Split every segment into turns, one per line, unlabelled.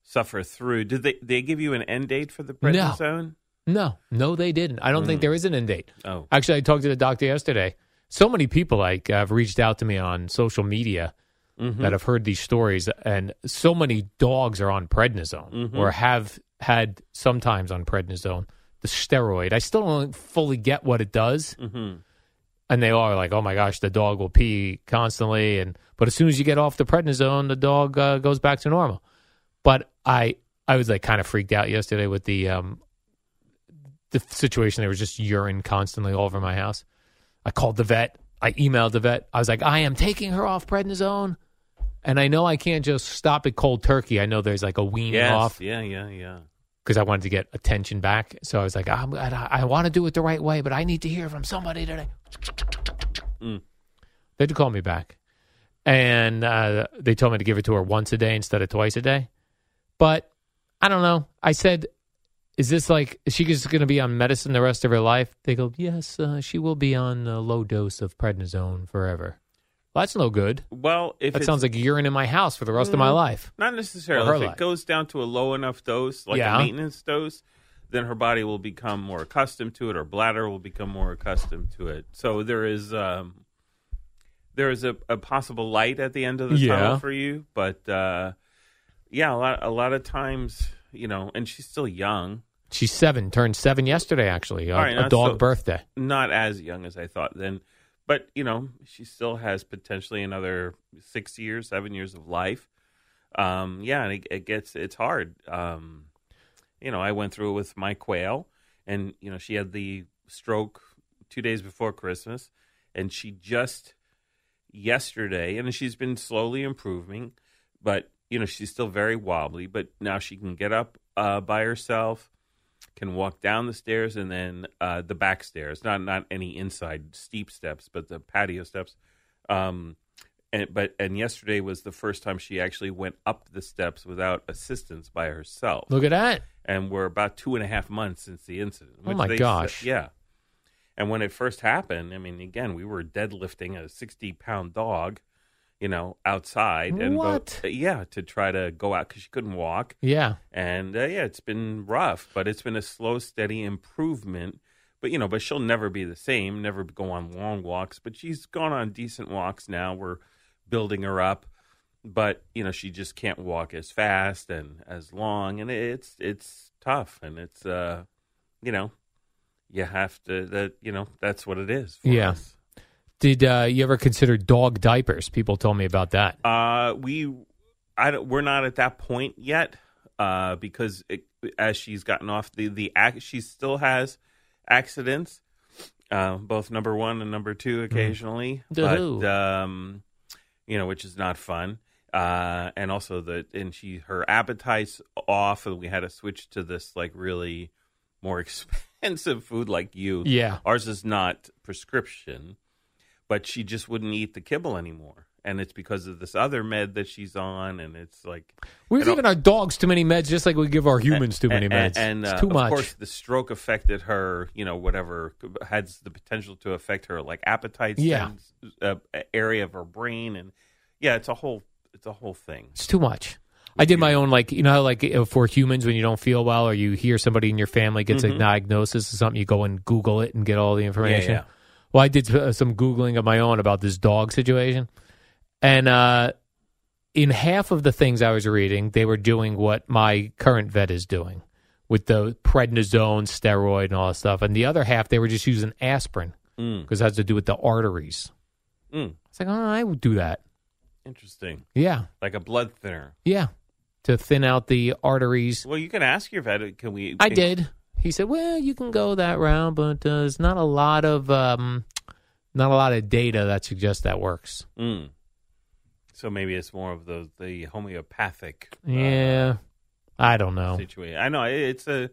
suffer through. Did they they give you an end date for the
No.
prednisone?
No, no, they didn't. I don't think there is an end date.
Oh,
Actually, I talked to the doctor yesterday. So many people like have reached out to me on social media that have heard these stories, and so many dogs are on prednisone or have had sometimes on prednisone, the steroid. I still don't fully get what it does, and they are like, "Oh my gosh, the dog will pee constantly," and but as soon as you get off the prednisone, the dog uh, goes back to normal. But I, I was like kind of freaked out yesterday with the um, the situation there was just urine constantly all over my house. I called the vet. I emailed the vet. I was like, I am taking her off prednisone, and I know I can't just stop it cold turkey. I know there's like a weaning
yes,
off
yeah, yeah, yeah.
because I wanted to get attention back. So I was like, I'm, I, I want to do it the right way, but I need to hear from somebody today.
Mm.
They had to call me back, and uh, they told me to give it to her once a day instead of twice a day. But I don't know. I said, "Is this like is she just going to be on medicine the rest of her life?" They go, "Yes, uh, she will be on a low dose of prednisone forever." Well, that's no good.
Well, if
that
it's- Mm.
sounds like urine in my house for the rest of my life.
Not
Or her
necessarily. If
life.
it goes down to a low enough dose, like
Yeah.
a maintenance dose, then her body will become more accustomed to it. Her bladder will become more accustomed to it. So there is um, there is a, a possible light at the end of the
Yeah.
tunnel for you. But uh, yeah, a lot a lot of times, you know, and she's still young,
She's seven, turned seven yesterday. Actually, a,
All right,
a
now,
dog
so-
birthday.
not as young as I thought then. But you know, she still has potentially another six years, seven years of life. Um, yeah, and it, it gets it's hard. Um, you know, I went through it with my quail, and you know, she had the stroke two days before Christmas, and she just yesterday, and she's been slowly improving, but you know, she's still very wobbly. But now she can get up uh, by herself can walk down the stairs and then uh, the back stairs, not not any inside steep steps, but the patio steps. Um, and but and yesterday was the first time she actually went up the steps without assistance by herself.
Look at that.
And we're about two and a half months since the incident.
Oh
which
my
they said-
gosh.
yeah. And when it first happened, I mean, again, we were deadlifting a sixty-pound dog, you know, outside, and bo-
What?
yeah, to try to go out because she couldn't walk.
Yeah.
And uh, yeah, it's been rough, but it's been a slow, steady improvement. But you know, but she'll never be the same. Never go on long walks, but she's gone on decent walks now. We're building her up, but you know, she just can't walk as fast and as long, and it's it's tough, and it's uh, you know, you have to that you know that's what it is. for
Yeah.
us.
Did uh, you ever consider dog diapers? People told me about that.
Uh, we, I don't, we're not at that point yet, uh, because it, as she's gotten off the the act, she still has accidents, uh, both number one and number two occasionally,
Doo-hoo.
but um, you know, which is not fun. Uh, and also the and she her appetite's off, and we had to switch to this like really more expensive food, like you.
Yeah.
ours is not prescription but she just wouldn't eat the kibble anymore. And it's because of this other med that she's on, and it's like
We're
I don't-
giving our dogs too many meds, just like we give our humans too many meds.
And, and,
it's
uh,
too
of
much.
course, the stroke affected her. You know, whatever has the potential to affect her, like appetite,
Yeah.
sense, uh, area of her brain, and yeah, it's a whole, it's a whole thing.
It's too much. I did my own, like, you know, how, like uh, for humans, when you don't feel well or you hear somebody in your family gets a diagnosis or something, you go and Google it and get all the information.
Mm-hmm. yeah.
Well, I did uh, some Googling of my own about this dog situation. And uh, in half of the things I was reading, they were doing what my current vet is doing with the prednisone, steroid, and all that stuff. And the other half, they were just using aspirin
Mm.
because it has to do with the arteries.
Mm.
It's like, oh, I would do that.
Interesting,
Yeah.
like a blood thinner.
Yeah. To thin out the arteries.
Well, you can ask your vet. uh, Can we?
I did. He said, "Well, you can go that round, but uh, there's not a lot of um, not a lot of data that suggests that works."
Mm. So maybe it's more of the the homeopathic. uh,
Yeah, I don't know.
situation. I know it's a,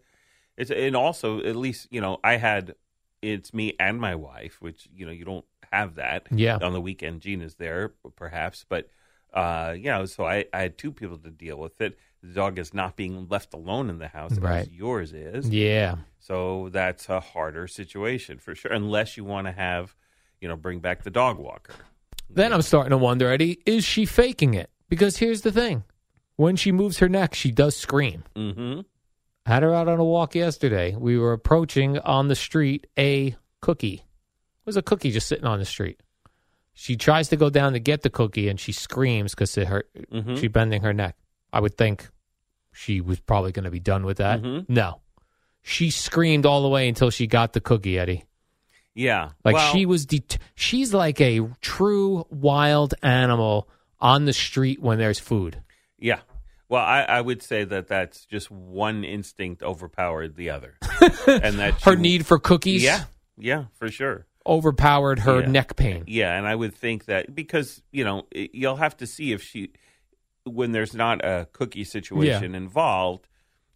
it's and also at least you know I had it's me and my wife, which you know you don't have that.
Yeah.
On the weekend, Gene is there perhaps, but uh, you know, so I I had two people to deal with it. The dog is not being left alone in the house, as
Right.
Yours is,
Yeah,
so that's a harder situation for sure. Unless you want to have, you know, bring back the dog walker.
then I'm starting to wonder, Eddie, is she faking it? Because here's the thing: when she moves her neck, she does scream.
Mm-hmm.
Had her out on a walk yesterday. We were approaching on the street a cookie. There's a cookie just sitting on the street. She tries to go down to get the cookie and she screams because her
Mhm.
she bending her neck. I would think she was probably going to be done with that.
Mhm.
No, she screamed all the way until she got the cookie, Eddie.
Yeah,
Like
Well,
she was, det- she's like a true wild animal on the street when there's food.
Yeah. Well, I, I would say that that's just one instinct overpowered the other, and that
Her
she-
need for cookies
Yeah, yeah, for sure.
overpowered her
Yeah.
neck pain.
Yeah, and I would think that because you know it- you'll have to see if she, when there's not a cookie situation involved,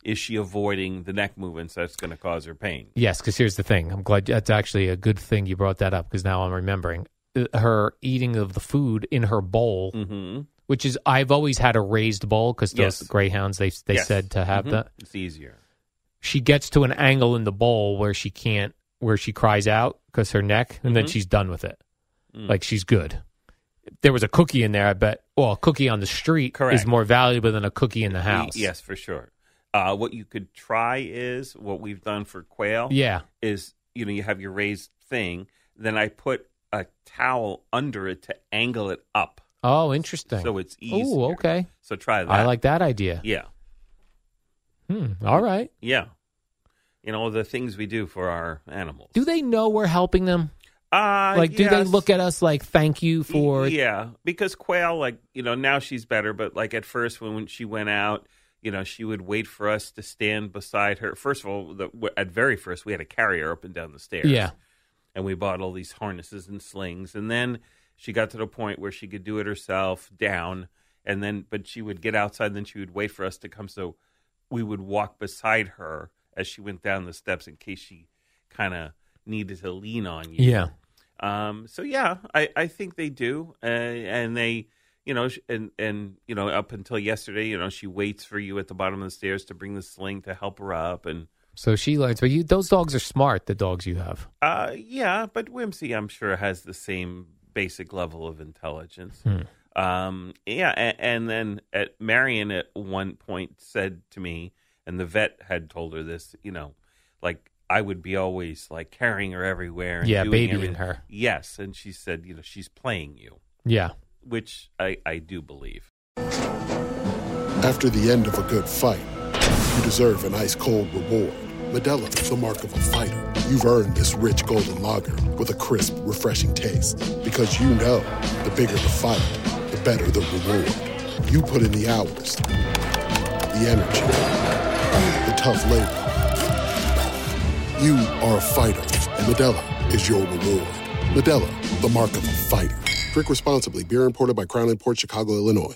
is she avoiding the neck movements that's going to cause her pain?
Yes, because here's the thing. I'm glad that's actually a good thing you brought that up because now I'm remembering Uh, her eating of the food in her bowl,
Mm-hmm.
which is I've always had a raised bowl because those
Yes. Mm-hmm.
greyhounds they they said to have that.
It's easier.
She gets to an angle in the bowl where she can't, where she cries out because her neck, and
Mm-hmm.
then she's done with it.
Mm.
Like she's good. There was a cookie in there, I bet. Well, a cookie on the street is
Correct.
more valuable than a cookie in the house.
Yes, for sure. Uh, what you could try is what we've done for quail.
Yeah.
is you know you have your raised thing then i put a towel under it to angle it up
Oh, interesting.
so it's easy
Oh, okay.
so try that
I like that idea.
yeah
Hmm. All right.
yeah you know the things we do for our animals
Do they know we're helping them?
uh,
Like, do they
yes.
look at us like, thank you for.
yeah because quail like you know now she's better but like at first when, when she went out you know she would wait for us to stand beside her first of all the, at very first we had to carry her up and down the stairs
Yeah.
and we bought all these harnesses and slings and then she got to the point where she could do it herself down and then but she would get outside and then she would wait for us to come so we would walk beside her as she went down the steps in case she kind of needed to lean on you
Yeah.
um, so yeah, I, I think they do, uh, and they, you know, sh- and and you know, up until yesterday, you know, she waits for you at the bottom of the stairs to bring the sling to help her up, and
So she learns. But you, those dogs are smart, the dogs you have.
uh, yeah, but Whimsy, I'm sure, has the same basic level of intelligence.
Hmm.
Um, yeah, and, and then at Marion at one point said to me, and the vet had told her this, you know, like I would be always like carrying her everywhere, and
Yeah,
doing
babying
everything.
her.
Yes, and she said, you know, she's playing you.
Yeah.
which I, I do believe.
After the end of a good fight, you deserve an ice cold reward. Medella is the mark of a fighter. You've earned this rich golden lager with a crisp, refreshing taste. Because you know the bigger the fight, the better the reward. You put in the hours, the energy, the tough labor. You are a fighter, and Medella is your reward. Medella, the mark of a fighter. Drink responsibly. Beer imported by Crown Port Chicago, Illinois.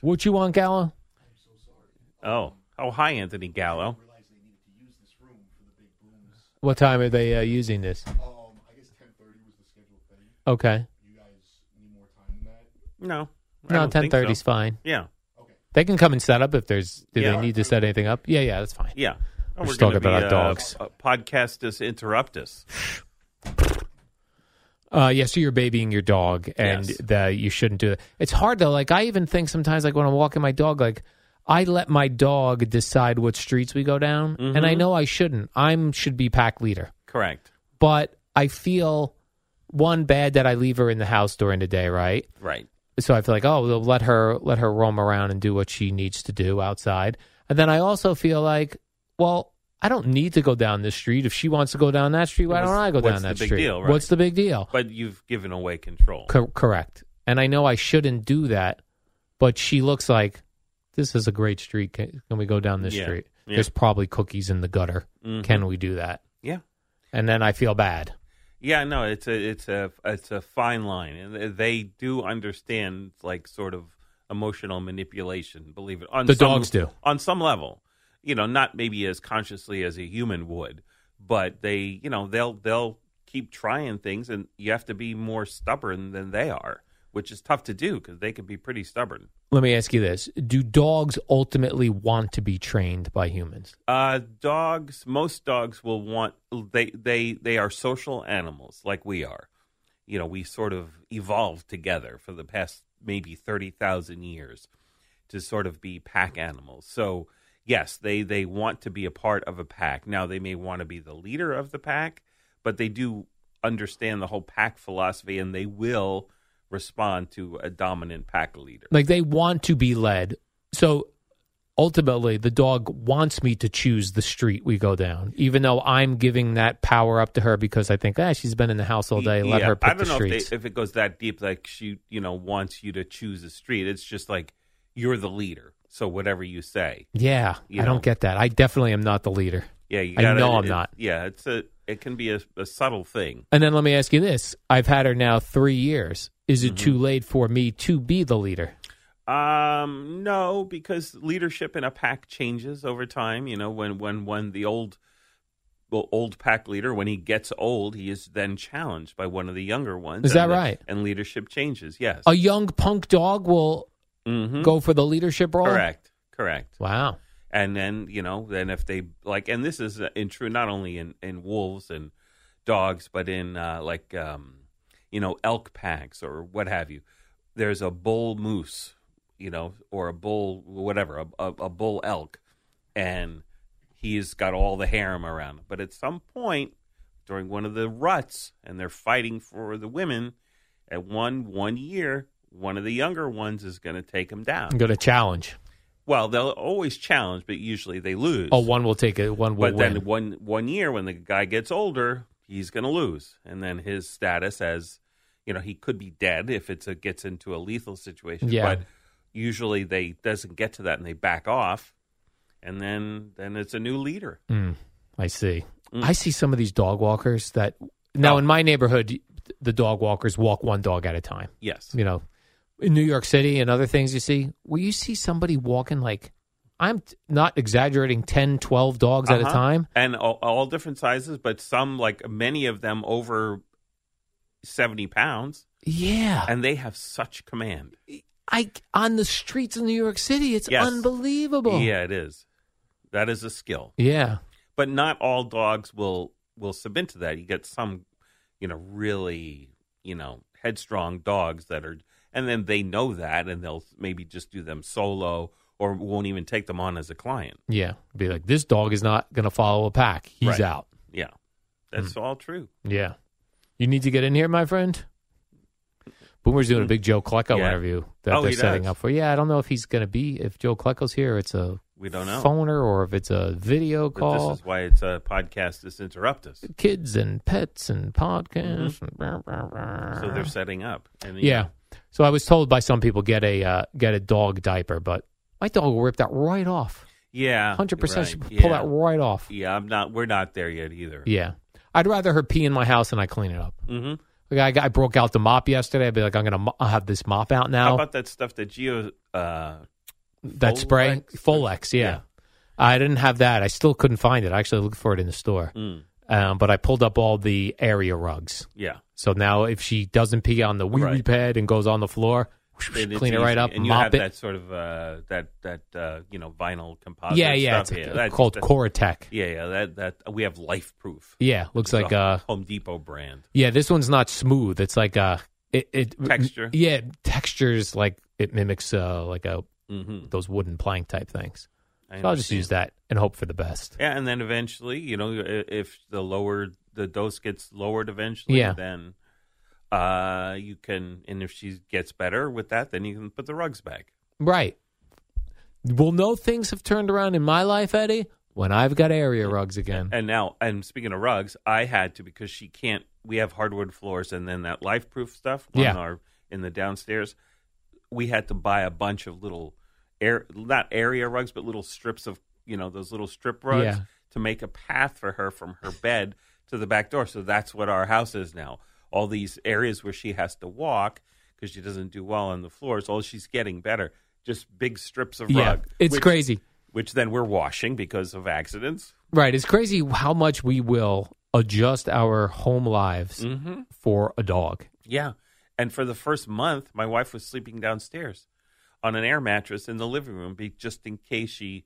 What you want, Gallo?
Oh, oh, hi, Anthony Gallo.
What time are they uh, using this? Okay.
No, I
No,
don't think
10:30
so.
is fine.
Yeah,
They can come and set up if there's. Do
Yeah.
they need to set anything up? Yeah, yeah, that's fine.
yeah. Oh,
We're just
gonna
talking about
be,
our
uh,
dogs.
uh, Podcastus interruptus.
Uh, yeah, so you're babying your dog, and
Yes.
that you shouldn't do that. It's hard though. Like I even think sometimes, like when I'm walking my dog, like I let my dog decide what streets we go down, and
Mm-hmm.
I know I shouldn't. I'm should be pack leader,
Correct.
but I feel one bad that I leave her in the house during the day, right?
Right.
so I feel like oh well, let her let her roam around and do what she needs to do outside. And then I also feel like well I don't need to go down this street if she wants to go down that street. Why
What's-
don't I go
what's
down
the
that
big
street?
deal, right?
What's the big deal?
But you've given away control.
Cor- correct. And I know I shouldn't do that, but she looks like this is a great street. Can, can we go down this
Yeah.
street?
Yeah.
There's probably cookies in the gutter.
Mhm.
Can we do that?
yeah.
And then I feel bad.
Yeah, no, it's a it's a it's a fine line, and they do understand like sort of emotional manipulation. Believe it, on
The
some-
dogs do.
on some level. You know, not maybe as consciously as a human would, but they, you know, they'll they'll keep trying things, and you have to be more stubborn than they are, which is tough to do because they can be pretty stubborn.
Let me ask you this: Do dogs ultimately want to be trained by humans?
Uh, dogs. Most dogs will want they they they are social animals like we are. You know, we sort of evolved together for the past maybe thirty thousand years to sort of be pack animals. So yes, they they want to be a part of a pack. Now they may want to be the leader of the pack, but they do understand the whole pack philosophy, and they will respond to a dominant pack leader.
like they want to be led so ultimately the dog wants me to choose the street we go down even though i'm giving that power up to her because i think ah she's been in the house all day let
Yeah,
her pick
I don't
the
know
streets
If, they, if it goes that deep, like she, you know, wants you to choose a street. It's just like you're the leader, so whatever you say,
yeah
You
i
know.
don't get that i definitely am not the leader
yeah, you
I
gotta,
know I'm
it-
not.
Yeah, it's a, it can be a, a subtle thing.
and then let me ask you this i've had her now three years is it
Mm-hmm.
too late for me to be the leader
Um, no, because leadership in a pack changes over time. You know, when when when the old well, old pack leader, when he gets old, he is then challenged by one of the younger ones.
Is
and
that
the-
right?
and leadership changes. Yes.
a young punk dog will
Mhm.
go for the leadership role
Correct. Correct.
wow
and then you know then if they like and this is uh, in true not only in in wolves and dogs but in uh, like um you know elk packs or what have you there's a bull moose you know or a bull whatever a, a, a bull elk and he's got all the harem around him but at some point during one of the ruts and they're fighting for the women at one one year one of the younger ones is going to take him down
i'm going to challenge
well, they'll always challenge, but usually they lose.
oh one will take it one will
but
win
then one one year when the guy gets older, he's going to lose, and then his status as you know he could be dead if it's a, gets into a lethal situation.
Yeah.
But usually they doesn't get to that, and they back off, and then then it's a new leader.
I see.
Mm.
I see some of these dog walkers that
Oh.
now in my neighborhood, the dog walkers walk one dog at a time.
Yes.
You know, in New York City and other things you see, where you see somebody walking like, I'm t- not exaggerating, 10, 12 dogs at a
Uh-huh.
time.
and all, all different sizes, but some like many of them over seventy pounds,
Yeah.
and they have such command.
I, on the streets of New York City, it's
Yes.
unbelievable.
Yeah, it is. That is a skill,
Yeah.
but not all dogs will will submit to that. You get some, you know, really, you know, headstrong dogs that are, and then they know that, and they'll maybe just do them solo, or won't even take them on as a client.
Yeah. Be like, this dog is not going to follow a pack. He's
Right.
out.
Yeah, that's
Hmm.
all true.
Yeah. You need to get in here, my friend? Boomer's doing a big Joe Klecko
Yeah.
interview that
Oh,
they're
he
setting
does.
up for. Yeah, I don't know if he's going to be, if Joe Klecko's here, it's a
We don't know.
phoner or if it's a video
But
call.
this is why it's a podcast. This interrupt us.
Kids and pets and podcasts. And blah, blah, blah.
Mm-hmm. So they're setting up. And, you
yeah.
know,
So I was told by some people get a uh, get a dog diaper, but my dog will rip that right off.
yeah,
Hundred percent, she
right,
pull
yeah.
that right off.
Yeah, I'm not. We're not there yet either.
Yeah, I'd rather her pee in my house and I clean it up.
hmm
Like I, I broke out the mop yesterday. I'd be like, I'm gonna mo- I'll have this mop out
How
now.
about that stuff that Geo? Uh,
that spray,
Folex?
Folex. Yeah.
Yeah.
I didn't have that. I still couldn't find it. I actually looked for it in the store,
mm,
um, but I pulled up all the area rugs.
yeah,
So now, if she doesn't pee on the wee wee
Right.
pad and goes on the floor,
And it's
clean it right
easy.
up,
And you
mop
have
it.
that sort of uh, that that uh, you know vinyl composite.
yeah, yeah,
stuff.
it's
yeah, that's-
called
that's-
Coratech.
Yeah, yeah, that that we have life proof.
Yeah, looks like uh,
Home Depot brand.
yeah. This one's not smooth. It's like uh, it, it
Texture.
Yeah, textures like it mimics uh, like a
Mm-hmm.
those wooden plank type things. So I'll just use that and hope for the best.
Yeah, and then eventually, you know, i- if the lower the dose gets lowered eventually,
Yeah.
then uh you can and if she gets better with that, then you can put the rugs back.
Right. We'll know things have turned around in my life, Eddie, when I've got area rugs again.
And now and speaking of rugs, I had to because she can't we have hardwood floors and then that life proof stuff on
Yeah.
our in the downstairs. We had to buy a bunch of little air not area rugs, but little strips of you know, those little strip rugs
Yeah.
to make a path for her from her bed to the back door. So that's what our house is now. All these areas where she has to walk because she doesn't do well on the floors. All she's getting better, just big strips of
Yeah,
rug.
it's
which-
crazy.
Which then we're washing because of accidents.
Right. It's crazy how much we will adjust our home lives
Mm-hmm.
for a dog.
Yeah. And for the first month, my wife was sleeping downstairs on an air mattress in the living room be, just in case she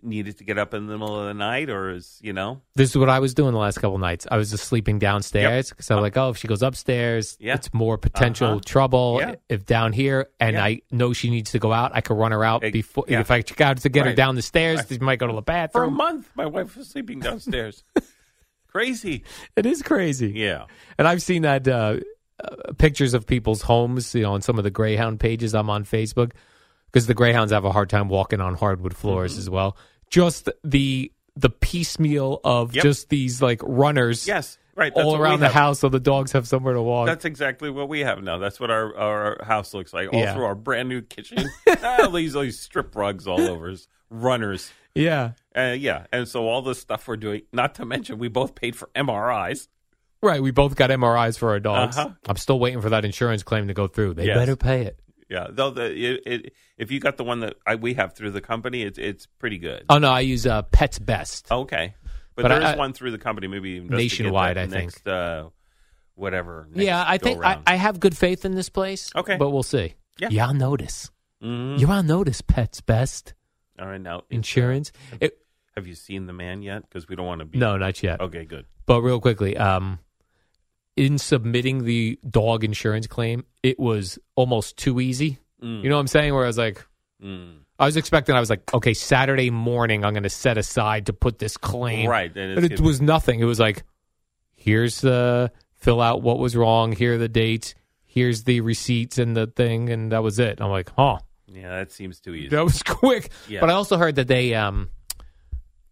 needed to get up in the middle of the night or is, you know,
This is what I was doing the last couple nights. I was just sleeping downstairs because I'm like, oh, if she goes upstairs,
Uh-huh. Yeah.
it's more potential
Uh-huh.
trouble.
Yeah.
If down here, and
Yeah.
I know she needs to go out, I could run her out
Ex-
before.
yeah.
If I check out to get her
Right.
down the stairs,
Right.
she might go to the
for a
bathroom.
month, my wife was sleeping downstairs. Crazy.
It is crazy.
Yeah.
And I've seen that uh, uh, pictures of people's homes, you know, on some of the Greyhound pages I'm on Facebook because the Greyhounds have a hard time walking on hardwood floors
Mm-hmm.
as well. Just the the piecemeal of
Yep.
just these like runners
Yes. Right.
all
what we
around the
have.
house so the dogs have somewhere to walk.
That's exactly what we have now. That's what our, our house looks like. All
Yeah.
through our brand new kitchen. all these, all these strip rugs all over, us, runners.
yeah.
Uh, yeah. And so all this stuff we're doing, not to mention, we both paid for MRIs.
Right, we both got MRIs for our dogs.
Uh-huh.
I'm still waiting for that insurance claim to go through. They
Yes.
better pay it.
Yeah, though the it, it, if you got the one that I, we have through the company, it's it's pretty good.
Oh no, I use uh, Pets Best.
okay, but,
But
there is
I-
one through the company, maybe even
Nationwide, I think.
next, Uh, whatever. next
yeah, I think I,
go-round.
I have good faith in this place.
Okay.
but we'll see.
Yeah.
Y'all notice.
Mhm.
You're on notice, Pets Best
All right, now it's, uh,
Insurance. It,
have you seen the man yet? Because we don't want to be.
no, not yet.
Okay, good.
But real quickly, um, in submitting the dog insurance claim, it was almost too easy.
Mm.
You know what I'm saying? Where I was like,
Mm.
I was expecting, I was like, okay, Saturday morning, I'm going to set aside to put this claim.
Right, and it's
And it
gonna-
was nothing. It was like, here's the fill out what was wrong, here are the dates, here's the receipts and the thing, and that was it. And I'm like, huh.
Yeah, that seems too easy.
That was quick.
Yeah.
But I also heard that they um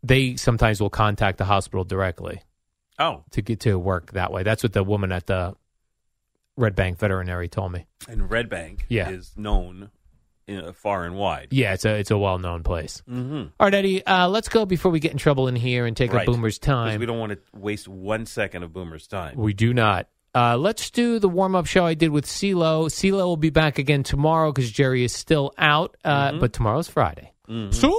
they sometimes will contact the hospital directly
Oh,
to get to work that way. That's what the woman at the Red Bank Veterinary told me.
and Red Bank
Yeah.
is known uh, far and wide.
Yeah, it's a it's a well known place.
Mm-hmm.
All right, Eddie, uh, let's go before we get in trouble in here and take a boomer's time.
We don't want to waste one second of Boomer's time.
We do not. Uh, let's do the warm up show I did with CeeLo. CeeLo will be back again
Mm-hmm.
tomorrow because Jerry is still out, uh, but tomorrow's Friday. So-